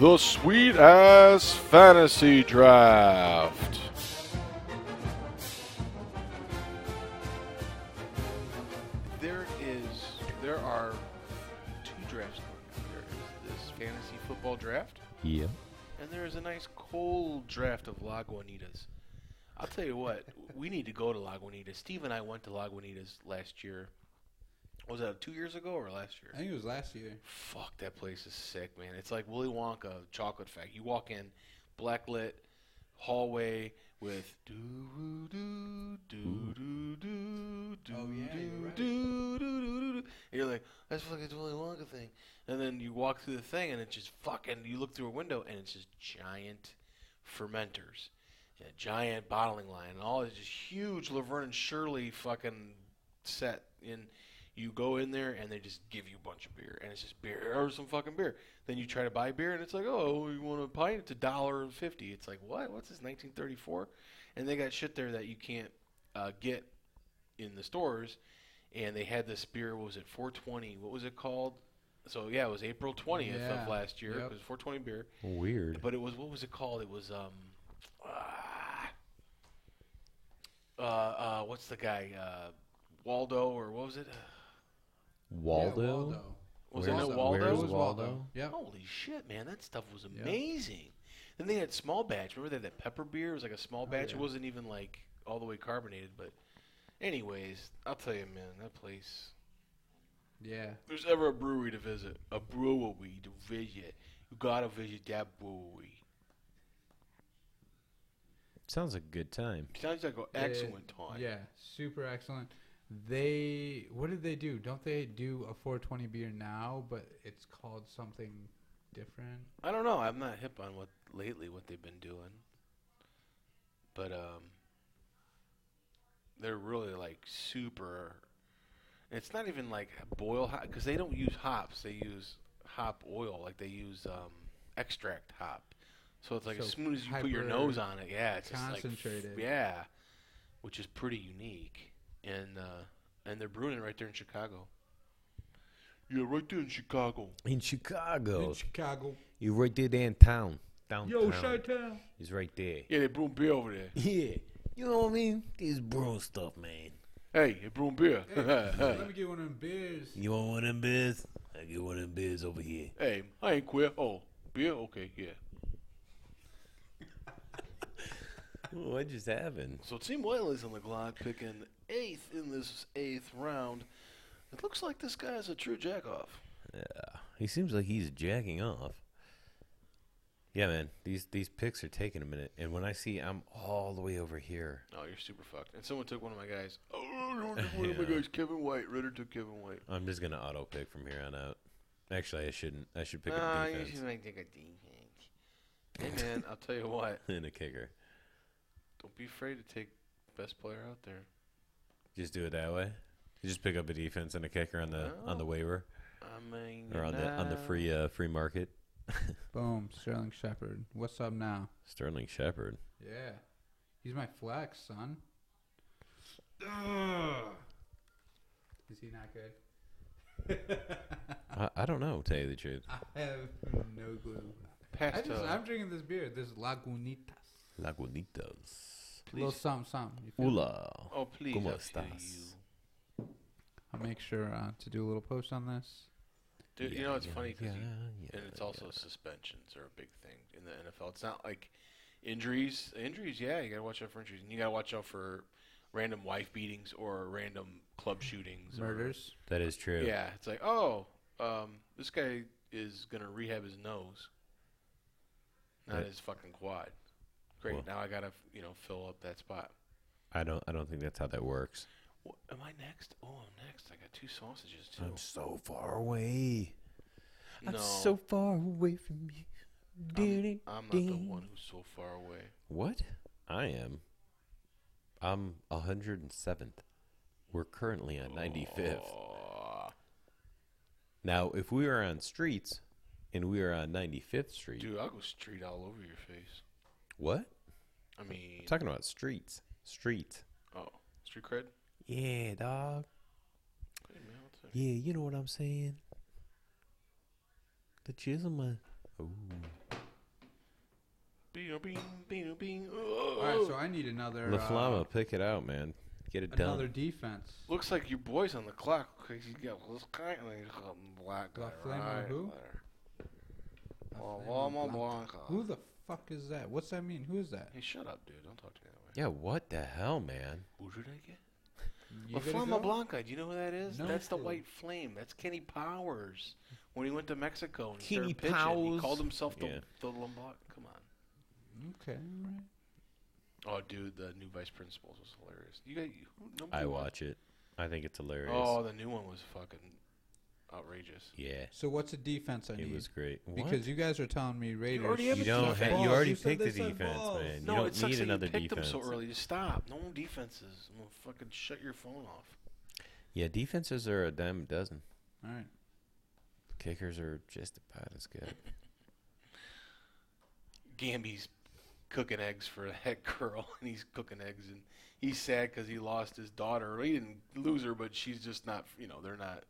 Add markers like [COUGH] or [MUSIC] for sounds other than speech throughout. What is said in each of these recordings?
the Sweet Ass Fantasy Draft. There is, there are two drafts going on. There is this fantasy football draft, Yeah. and there is a nice cold draft of Lagunitas. I'll tell you what, [LAUGHS] we need to go to Lagunitas. Steve and I went to Lagunitas last year. Was that two years ago or last year? I think it was last year. Fuck, that place is sick, man. It's like Willy Wonka chocolate fact. You walk in, blacklit hallway with do do do do do do Oh, yeah, you're right. do do do do. You're like, that's fucking Willy Wonka thing. And then you walk through the thing, and it's just fucking. You look through a window, and it's just giant fermenters, and a giant bottling line, and all this just huge Laverne and Shirley fucking set in. You go in there and they just give you a bunch of beer, and it's just beer or some fucking beer. Then you try to buy beer, and it's like, oh, you want a pint? It's a dollar and fifty. It's like, what? What's this? Nineteen thirty-four? And they got shit there that you can't uh, get in the stores. And they had this beer. What was it? Four twenty. What was it called? So yeah, it was April twentieth Yeah. of last year. Yep. It was four twenty beer. Weird. But it was what was it called? It was um, ah, uh, uh, what's the guy? Uh, Waldo or what was it? Waldo. Yeah, Waldo. Was Where's- it Waldo. no where's Waldo? It was Waldo? Waldo. Yep. Holy shit, man! That stuff was Yeah. amazing. Then they had small batch. Remember they had that pepper beer? It was like a small batch. Oh, yeah. It wasn't even like all the way carbonated, but. Anyways, I'll tell you, man, that place. Yeah. If there's ever a brewery to visit, a brewery to visit, you gotta visit that brewery. Sounds like a good time. Sounds like an excellent time. Yeah, super excellent. They what did they do? Don't they do a 420 beer now, but it's called something different? I don't know. I'm not hip on what lately what they've been doing. But um they're really like super it's not even like boil hop cuz they don't use hops. They use hop oil like they use um extract hop. So it's like as So soon as you put your hyper nose on it, yeah, it's Just concentrated. like, yeah. Which is pretty unique. And uh and they're brewing it right there in Chicago. Yeah, right there in Chicago. In Chicago. Chicago. You're right there downtown. Downtown. Chi-town. He's right there. Yeah, they brewing beer over there. Yeah. You know what I mean? This bro stuff, man. Hey, you're brewing beer. Let me get one of them beers. You want one of them beers? I get one of them beers over here. [LAUGHS] hey, I ain't queer. Oh, beer? Okay, yeah. What just happened? So Team Whale is in the Glock picking eighth in this eighth round. It looks like this guy is a true jackoff. He seems like he's jacking off. Yeah, man. These these picks are taking a minute, and when I see I'm all the way over here. No, you're super fucked. And someone took one of my guys. Oh, no, took one of [LAUGHS] my Yeah. guys. Kevin White. Ritter took Kevin White. I'm just gonna auto pick from here on out. Actually, I shouldn't. I should pick Nah, up you defense should make take a defense. Hey, man, I'll tell you what. [LAUGHS] and a kicker. Don't be afraid to take best player out there. Just do it that way. You just pick up a defense and a kicker on the on the Oh. waiver I mean, or on the on the nah. free uh, free market. Boom, Sterling Shepard. What's up now? Sterling Shepard. Yeah. He's my flex, son. Is he not good? I, I don't know. To tell you the truth, I have no clue. I Pass just, to I'm drinking this beer. This Lagunitas. Lagunitas. A little please. something, something. You feel me? Hola. Oh, please. ¿Cómo I feel estás? you. I'll make sure uh, to do a little post on this. Dude, you Yeah, know it's yeah, funny 'cause funny because yeah, and it's yeah, also suspensions are a big thing in the NFL. It's not like injuries. Injuries, yeah, you gotta watch out for injuries, and you gotta watch out for random wife beatings or random club shootings, or- Murders. that is true. yeah, it's like, oh, um, this guy is gonna rehab his nose, not Right. his fucking quad. Great, Well. now I gotta you know fill up that spot. I don't. I don't think that's how that works. What, am I next? Oh, I'm next. I got two sausages too. so far away. no, far away from you. I'm, I'm not the one who's so far away. What? I am. I'm 107th. We're currently on 95th. Aw. Now, if we are on streets and we are on 95th Street, Dude, I'll go street all over your face. what? I mean, I'm talking about streets. Streets. oh, street cred. Yeah, dog. Hey, man, I'll tell you. Yeah, you know what I'm saying. The chisel man. Ooh. Bing, bing, bing, bing. All right, so I need another. La uh, Flama, pick it out, man. Get it done. Another defense. Looks like your boy's on the clock because you got this guy and then you got black La guy Flama right who? there. La Well, Flama Lama Blanca. Blanca. Who the fuck is that? What's that mean? Who is that? Hey, shut up, dude. Don't talk to me that way. yeah, what the hell, man? Who should I get? You La gotta Flama go? Blanca. Do you know who that is? No That's the clue. White Flame. That's Kenny Powers. When he went to Mexico and he Kenny started pitching, he Powers. called himself the, Yeah. the Lombard. Come on. Okay, all right. Oh, dude, the new vice principals was hilarious. You got who? Number I watch it. I think it's hilarious. Oh, the new one was fucking outrageous. yeah, So what's a defense I it need? was great. What? because you guys are telling me Raiders. already have you a don't. defense. Ha- Balls. you already said picked the they said defense, balls. man. You no, don't it sucks need that another you picked defense. them so early. Just stop. No more defenses. I'm gonna fucking shut your phone off. Yeah, defenses are a dime a dozen. All right. Kickers are just about as good. Gamby's cooking eggs for that [LAUGHS] girl, and he's cooking eggs, and he's sad because he lost his daughter. He didn't lose her, but she's just not. You know, they're not.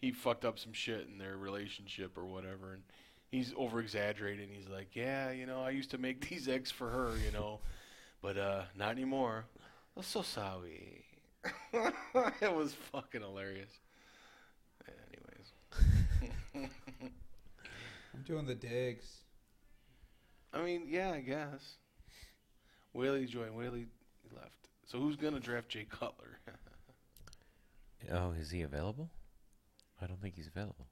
He fucked up some shit in their relationship or whatever, and he's over exaggerating. He's like, "Yeah, you know, I used to make [LAUGHS] these eggs for her, you know, but uh, not anymore." I'm so sorry. [LAUGHS] it was fucking hilarious. Anyways, [LAUGHS] I'm doing the digs. I mean, yeah, I guess. Whaley joined. Whaley left. So who's gonna draft Jay Cutler? [LAUGHS] Oh, is he available? I don't think he's available.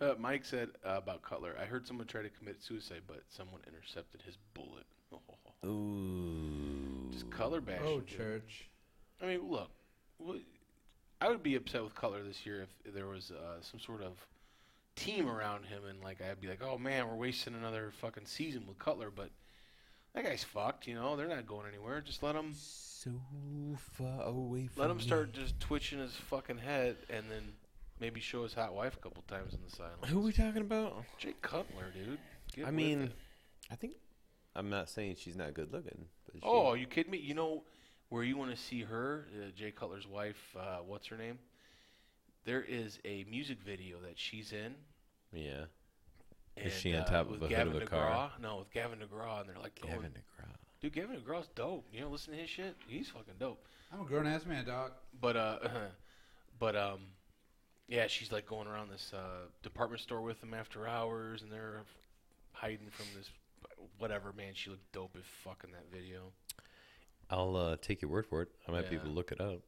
uh, Mike said uh, about Cutler. I heard someone try to commit suicide, but someone intercepted his bullet. [LAUGHS] Ooh. Just Cutler bashing. Oh, dude. church. I mean, look, wh- I would be upset with Cutler this year if there was uh, some sort of team around him, and like I'd be like, oh man, we're wasting another fucking season with Cutler, but that guy's fucked. You know, they're not going anywhere. Just let him, So far away from let him me. start just twitching his fucking head, and then maybe show his hot wife a couple times in the silence. Who are we talking about? Jake Cutler, dude. Get I with mean, it. I think I'm not saying she's not good looking. But she, oh, are you kidding me? You know where you want to see her, uh, Jay Cutler's wife? Uh, what's her name? There is a music video that she's in. yeah. And, uh, Is she on top of with a hood Gavin of a DeGraw. car? No, with Gavin DeGraw, and they're like, going, Kevin DeGraw. dude, Gavin DeGraw's dope. You know, listen to his shit. He's fucking dope. I'm a grown ass man, dog. But uh, [CLEARS THROAT] but um, yeah, she's like going around this uh, department store with him after hours, and they're hiding from this whatever. Man, she looked dope as fuck in that video. I'll uh, take your word for it. I might be Yeah. able to look it up.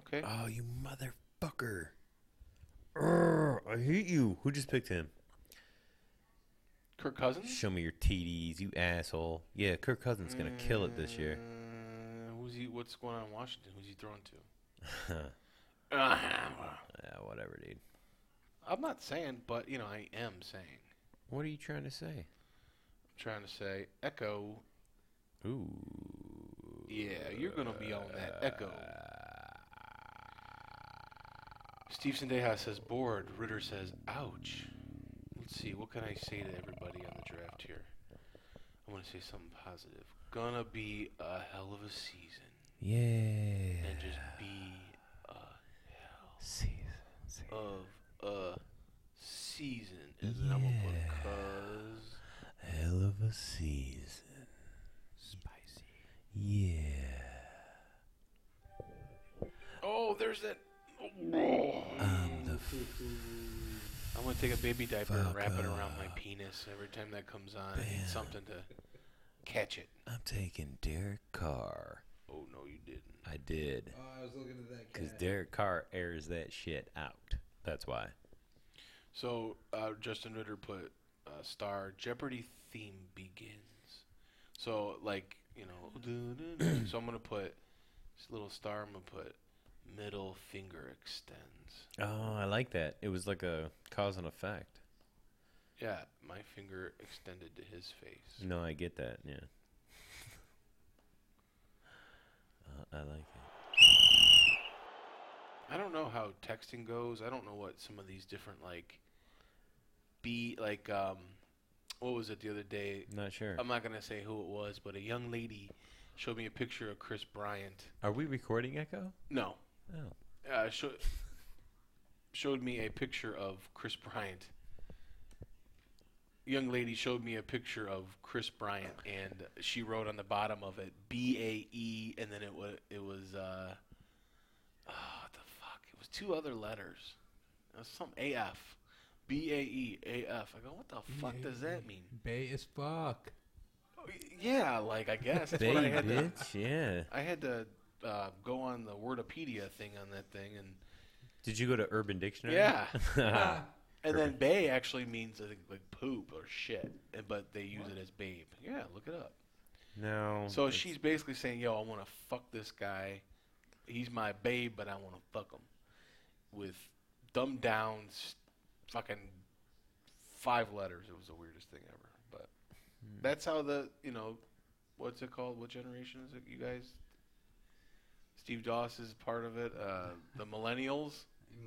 Okay. Oh, you motherfucker! Urgh, I hate you. Who just picked him? Kirk Cousins. Show me your TDs, you asshole. Yeah, Kirk Cousins gonna kill it this year. Uh, who's he? What's going on in Washington? Who's he throwing [LAUGHS] to? Uh, Mm. Yeah, Ah, whatever, dude. I'm not saying, but you know, I am saying. I'm What are you trying to say? trying to say, Echo. Ooh. Yeah, you're gonna be on that Echo. Steve Sandejas says bored. Ritter says ouch. Let's see. What can I say to everybody on the draft here? I want to say something positive. Gonna be a hell of a season, Yeah. and just be a Season. hell of a season. And then I'm gonna put cuz. Hell of a season. Spicy. Yeah. Oh, there's that. I'm the I'm gonna take a baby diaper and Fuck wrap it around my penis every time that comes on. I need something to catch it. I'm taking Derek Carr. Oh no, you didn't. I did. Oh, I was looking at that. Because cat. Derek Carr airs that shit out. That's why. So uh, Justin Ritter put uh, star Jeopardy theme begins. So like you know, [CLEARS THROAT] so I'm gonna put this little star. I'm gonna put middle finger extends. Oh, I like that. It was like a cause and effect. Yeah, my finger extended to his face. No, I get that. Yeah. Uh, I like it. I don't know how texting goes. I don't know what some of these different like be like um what was it the other day? Not sure. I'm not gonna say who it was, but a young lady showed me a picture of Chris Bryant. Are we recording Echo? No, Oh. uh, show, showed me a picture of Chris Bryant, young lady showed me a picture of Chris Bryant, and she wrote on the bottom of it B A E, and then it was it was uh, oh, what the fuck? It was two other letters. It was some A F, B A E A F. I go, what the fuck does that mean? Oh, Bay as fuck. Yeah, like I guess that's Bay, what I had to. bitch. Yeah. I had to uh, go on the Wordopedia thing on that thing, and Did you go to Urban Dictionary? Yeah. [LAUGHS] Yeah. and then bay actually means I think like poop or shit, and- but they use it as babe. Yeah, look it up. no. So Oh, it's- she's basically saying, "Yo, I want to fuck this guy. He's my babe, but I want to fuck him." With dumbed down, s- fucking five letters. It was the weirdest thing ever. But that's how the you know, what's it called? What generation is it? You guys. Steve Doss is part of it. Uh, the millennials.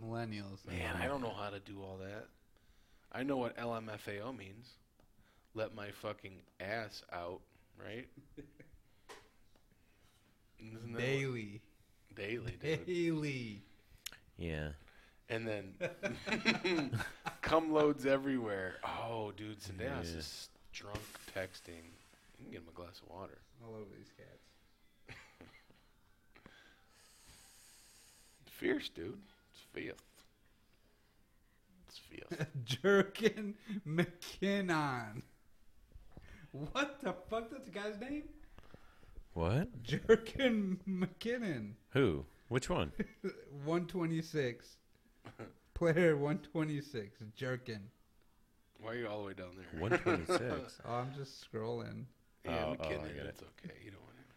Millennials. Man, I don't know how to do all that. I know what LMFAO means. Let my fucking ass out, right? Isn't that Daily. what- daily, dude. Daily. Yeah. And [LAUGHS] then cum loads everywhere. Oh, dude, Sandalis Yeah. is drunk texting. You can get him a glass of water. All over these cats. Fierce, dude. It's fierce. It's fierce. [LAUGHS] Jerkin McKinnon. What the fuck? That's the guy's name? What? Jerkin McKinnon. Who? Which one? [LAUGHS] 126. Player 126. Jerkin. Why are you all the way down there? [LAUGHS] 126. Oh, I'm just scrolling. Yeah, Oh, I'm oh, I kidding. get it. it's okay. You don't want him.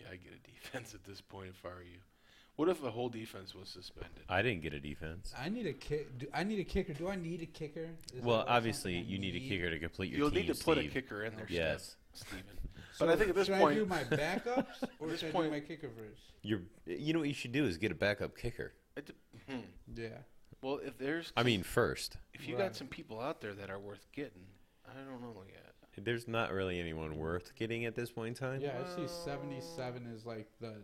Yeah. I get a defense at this point if I were you. What if the whole defense was suspended? [LAUGHS] I didn't get a defense. I need a kick. Do I need a kicker? Do I need a kicker? Is Well, that obviously, something I you need a kicker to complete your You'll team. need to put a Steve. kicker in there, Steph- Yes. [LAUGHS] Steven. So But I think at this should point, I do [LAUGHS] my backups or This should I point- do my kicker first? You're, you know what you should do is get a backup kicker. it de- hmm. Yeah. well, if there's, I mean, first. if you Right. got some people out there that are worth getting, I don't know yet. There's not really anyone worth getting at this point in time. Yeah, I see 77 is like the.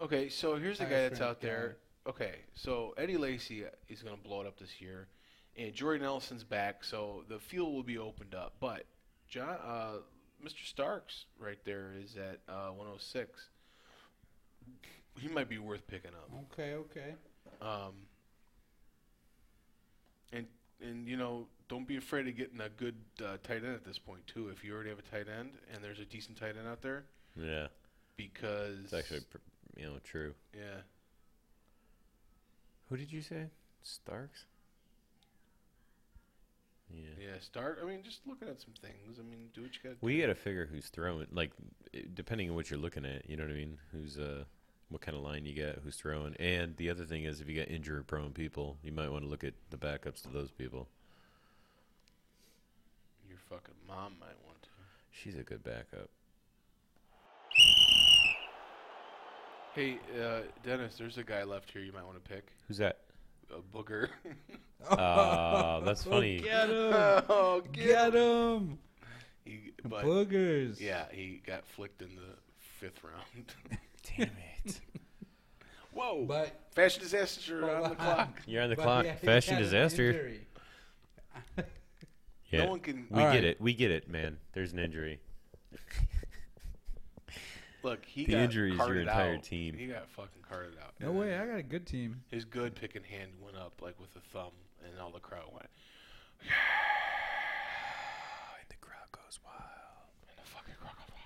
Okay, so here's the guy Highest that's ranked out there. Okay, so Eddie Lacy is going to blow it up this year, and Jordy Nelson's back, so the field will be opened up. But John, uh, Mr. Starks, right there, is at uh, 106. He might be worth picking up. Okay, okay. Um, and and you know, don't be afraid of getting a good uh, tight end at this point too. If you already have a tight end and there's a decent tight end out there, Yeah. because It's actually, pr- you know, true. yeah. Who did you say? Starks? Yeah. Yeah, start. I mean, just looking at some things. I mean, do what you got. Well, you got to figure who's throwing. Like, it- depending on what you're looking at, you know what I mean. Who's uh, what kind of line you got? Who's throwing? And the other thing is, if you got injury-prone people, you might want to look at the backups to those people. Your fucking mom might want to. She's a good backup. Hey, uh, Dennis, there's a guy left here you might want to pick. Who's that? A booger. Ah, that's funny. Get [LAUGHS] him! oh, Get him! He, but Boogers! yeah, he got flicked in the fifth round. [LAUGHS] Damn it! Whoa! But Fashion disaster on Hold the on. clock. You're on the But clock. yeah, he Fashion had an disaster. injury. Yeah, No one can we All get right. it. We get it, man. There's an injury. look. He The got injury is your carted entire out. team. He got fucking carted out. No And way, then I got a good team. His good picking hand went up like with a thumb, and all the crowd went. Oh, the crowd goes wild. And the fucking crowd went, "Oh."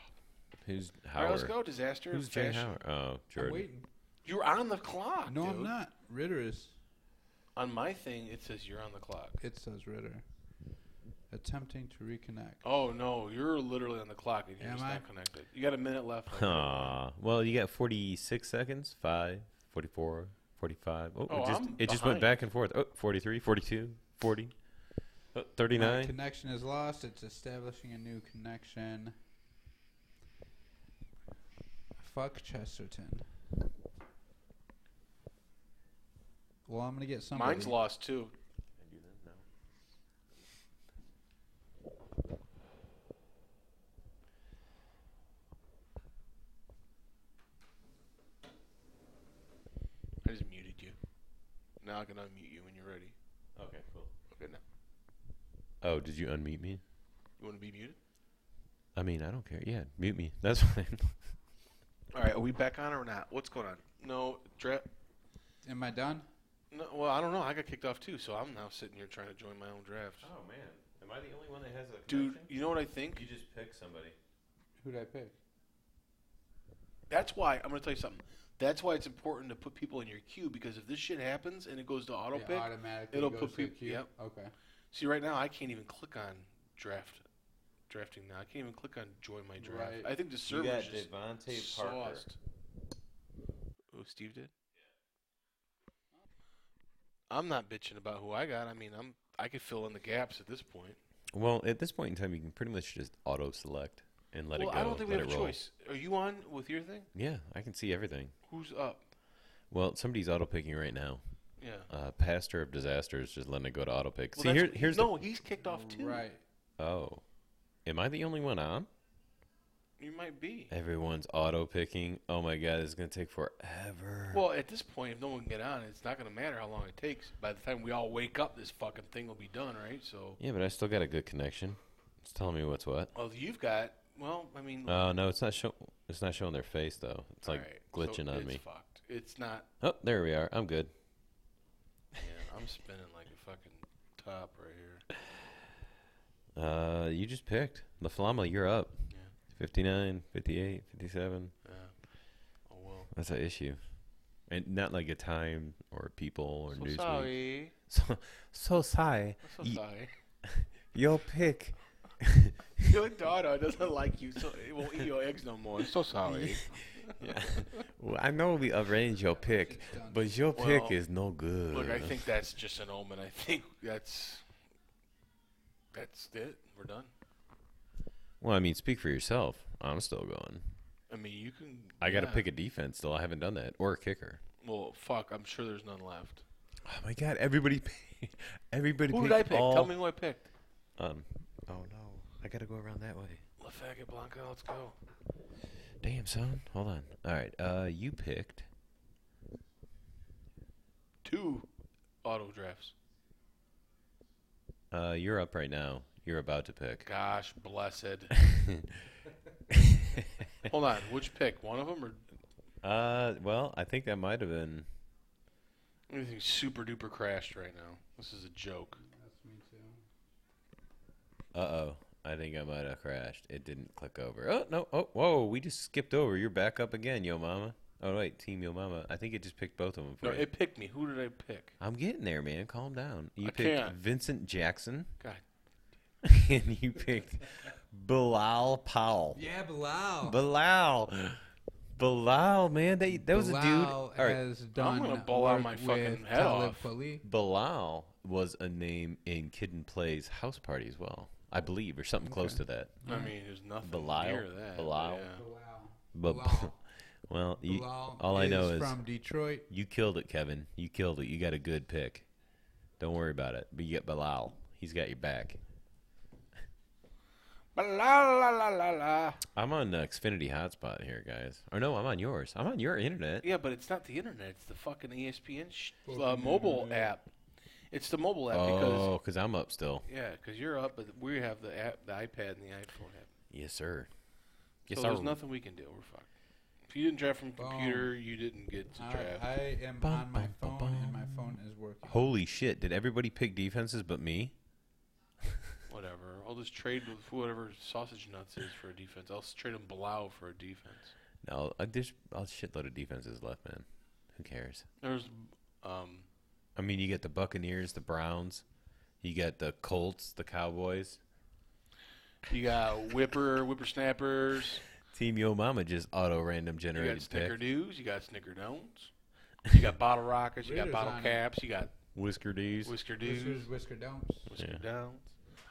Who's All right, let's Howard? go. Disaster. Who's Jay fashion. Howard? Oh, Jordan. I'm waiting. You're on the clock. No, I'm dude. not. Ritter is. On my thing, it says you're on the clock. It says Ritter. Attempting to reconnect. Oh no, you're literally on the clock and you're Am just I? not connected. You got a minute left. Aw. Well, you got 46 seconds. 5, 44, 45. Oh, Oh, it just, I'm it just behind. went back and forth. Oh, 43, 42, 40, oh, My 39. connection is lost. It's establishing a new connection. Fuck Chesterton. Well, I'm gonna get somebody. Mine's lost too. I just muted you. Now I can unmute you when you're ready. Okay, cool. Okay, now. Oh, did you unmute me? You want to be muted? I mean, I don't care. Yeah, mute me. [LAUGHS] That's fine. All right, are we back on or not? What's going on? No, dra- Am I done? no. Well, I don't know. I got kicked off too, so I'm now sitting here trying to join my own draft. oh man, am I the only one that has a Dude, you know what I think? just pick somebody. Who would I pick? That's why I'm going to tell you something. That's why it's important to put people in your queue because if this shit happens and it goes to auto It pick, automatically it'll goes put to the peop- queue? yep. Okay. see right now I can't even click on draft drafting now. I can't even click on join my draft. Right. I think the you server got just Devontae Parker. sauced. Oh, Steve did. I'm not bitching about who I got. I mean, I'm I could fill in the gaps at this point. Well, at this point in time, you can pretty much just auto select and let well, it go. I don't think we let have a it roll. choice. Are you on with your thing? Yeah, I can see everything. Who's up? Well, somebody's auto picking right now. Yeah. Uh, Pastor of Disasters just letting it go to auto pick. Well, see, that's- here, here's no. He's kicked off too. Right. the. Oh. Am I the only one on? You might be. Everyone's auto picking. Oh my god, it's going to take forever. Well, at this point, if no one can get on, it's not going to matter how long it takes. By the time we all wake up, this fucking thing will be done, right? So, yeah, but I still got a good connection. It's telling me what's what. well, you've got. Well, I mean, Oh no, it's not show. It's not showing their face though. It's like alright, glitching so on it's me. Fucked. It's not. Oh, there we are. I'm good. Yeah, I'm spinning like a fucking top right here. Uh, you just picked La Flama. You're up. Yeah. 59, 58, 57. Yeah. Oh well. That's an issue, and not like a time or people or So news. sorry. So so sorry. I'm so Ye- sorry. [LAUGHS] Your pick. Your daughter doesn't like you, so it won't eat your eggs no more. I'm [LAUGHS] so sorry. Yeah. Well, I know we arranged your pick, It's done. but your Well, pick is no good. Look, I think that's just an omen. I think that's that's it. We're done. Well, I mean, speak for yourself. I'm still going. I mean, you can. I got to yeah. pick a defense still. I haven't done that or a kicker. Well, fuck. I'm sure there's none left. Oh my god! Everybody, [LAUGHS] pick- everybody. Who did picked I pick? all- Tell me who I picked. Um. Oh no! I gotta go around that way. Lafayette Blanca. Let's go. Damn son. Hold on. All right. Uh, you picked. Two auto drafts. Uh, you're up right now. You're about to pick. Gosh, [LAUGHS] blessed. Hold on. Which pick? One of them or uh, well, I think that might have been. anything super duper crashed right now? This is a joke. That's me too. Uh oh. I think I might have crashed. It didn't click over. Oh no! Oh whoa! We just skipped over. You're back up again, Yo Mama. Oh wait, Team Yo Mama. I think it just picked both of them for No, you. it picked me. Who did I pick? I'm getting there, man. Calm down. You I picked can't. Vincent Jackson, God. [LAUGHS] and you picked Bilal Powell. Yeah, Bilal. Bilal. Bilal, man. They, that was a dude. All Bilal right. has done. gonna blow out work my fucking with head Talib off. Kweli. Bilal was a name in Kid and Play's house party as well, I believe, or something close to that. I mean, there's nothing Hmm. Belial? near that. but Belial? yeah. Bilal. But [LAUGHS] Bilal. well, you, Bilal all I know is from Detroit. you killed it, Kevin. You killed it. You got a good pick. Don't worry about it. But you got Bilal. He's got your back. Belial, la, la, la, la. I'm on uh, Xfinity hotspot here, guys. Or no, I'm on yours. I'm on your internet. Yeah, but it's not the internet. It's the fucking E ESPN sh- uh, Fucking mobile internet. app. It's the mobile app because Oh, because I'm up still. yeah, because you're up, but we have the app, the iPad, and the iPhone app. Yes, sir. Yes, So sir. there's nothing we can do. We're fucked. If you didn't draft from computer, you didn't get to I, draft. I am Bum, on my bum, bum, phone and my phone is working. Holy shit! Did everybody pick defenses but me? Whatever. I'll just trade with whatever sausage nuts is for a defense. I'll s- trade him Blau for a defense. No, I there's a shitload of defenses left, man. Who cares? There's, um, I mean, you get the Buccaneers, the Browns, you got the Colts, the Cowboys. you got [LAUGHS] Whipper, Whippersnappers. Team Yo Mama just auto random You got generated pick. Snickerdoos. You got Snickerdones. [LAUGHS] You got bottle rockets. You got Raiders bottle on it. caps. You got Whisker D's. whisker dudes. Whiskers, whisker dumps. Whisker Yeah. downs.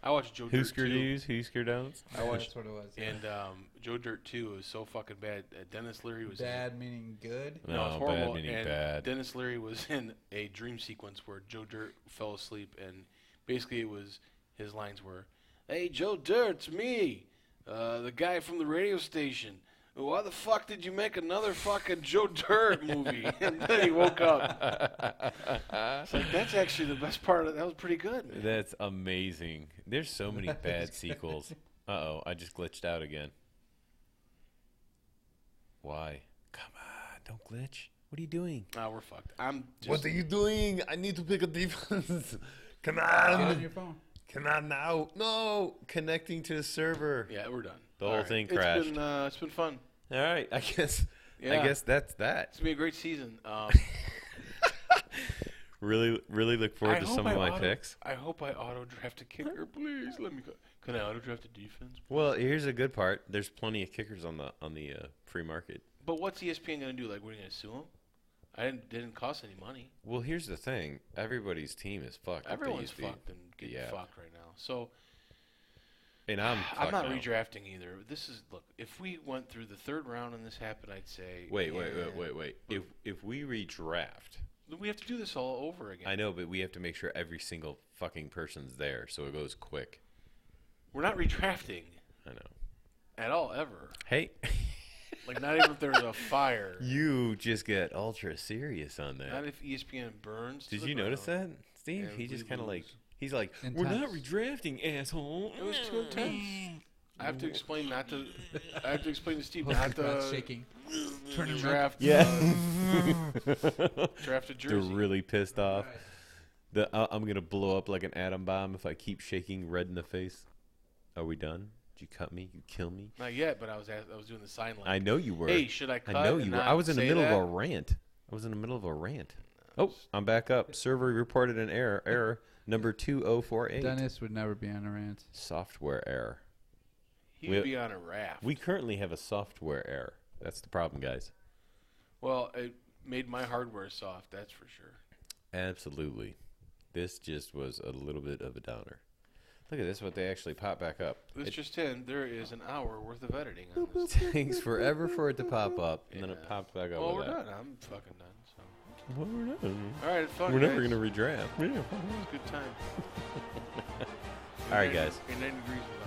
I watched Joe Hoosker Dirt too. D's, Hoosker Don'ts. I watched Oh, That's what it was. and um, Joe Dirt too was so fucking bad. Uh, Dennis Leary was Bad meaning good. In, no, it's No, bad horrible. meaning and bad. Dennis Leary was [LAUGHS] in a dream sequence where Joe Dirt fell asleep, and basically it was his lines were, "Hey Joe Dirt, it's me, uh, the guy from the radio station. Why the fuck did you make another fucking Joe Dirt [LAUGHS] movie? [LAUGHS] and then he woke up. It's like that's actually the best part. Of, that was pretty good. [LAUGHS] man." That's amazing. There's [LAUGHS] so many bad sequels. Uh oh, I just glitched out again. Why? Come on, don't glitch. What are you doing? Nah, we're fucked. I'm just What are you doing? I need to pick a defense. [LAUGHS] Come Get on on. your phone. Come on now. No. Connecting to the server. yeah, we're done. The whole thing It's crashed. been uh, it's been fun. All right. I guess. Yeah. I guess that's that. It's gonna be a great season. Um, Really, really look [LAUGHS] forward I to hope some I of my auto- picks. I hope I auto draft a kicker, please. Let me go. Can I auto draft a defense? Well, here's a good part. There's plenty of kickers on the on the uh, free market. But what's E ESPN gonna do? Like, we're gonna sue them? I didn't didn't cost any money. Well, here's the thing. Everybody's team is fucked. like they Everyone's used to be. fucked and getting Yeah. fucked right now. So And I'm. [SIGHS] I'm fucked not now. redrafting either. This is look. If we went through the third round and this happened, I'd say Wait, wait, yeah. wait, wait, wait. If if we redraft, We have to do this all over again. I know, but we have to make sure every single fucking person's there, so it goes quick. We're not redrafting I know. at all ever. Hey, [LAUGHS] Like not even if there's a fire. you just got ultra serious on that. Not if ESPN burns. to Did the you notice ground. that, Steve? Yeah, he we just kind of like lose. he's like, we're not Intense. redrafting, asshole. It [LAUGHS] was too intense. I have to explain not to. I have to explain to Steve Both your not uh, breaths to shaking. Turning red. draft. [LAUGHS] [LAUGHS] uh, draft a They're jersey. really pissed off. Right. The, I I'm gonna blow up like an atom bomb if I keep shaking red in the face. Are we done? Did you cut me? You kill me? Not yet, but I was asked, I was doing the sign language. I know you were. Hey, should I cut? I know and you were. not I was in the say middle that? of a rant. I was in the middle of a rant. Oh, I'm back up. Server reported an error. Error number 2048. Dennis would never be on a rant. Software error. He'd we- be on a raft. We currently have a software error. That's the problem, guys. well, it made my hardware soft. That's for sure. Absolutely. This just was a little bit of a downer. Look at this, what they actually pop back up. This It just in. There is an hour worth of editing on [LAUGHS] this. takes forever for it to pop up, and then it Yeah. pops back up. Well, we're with that. done. I'm fucking done. So. Well, we're done. All right, fun. We're never guys. going to redraft. Yeah. It's a good time. All right, 89 guys. 89 degrees without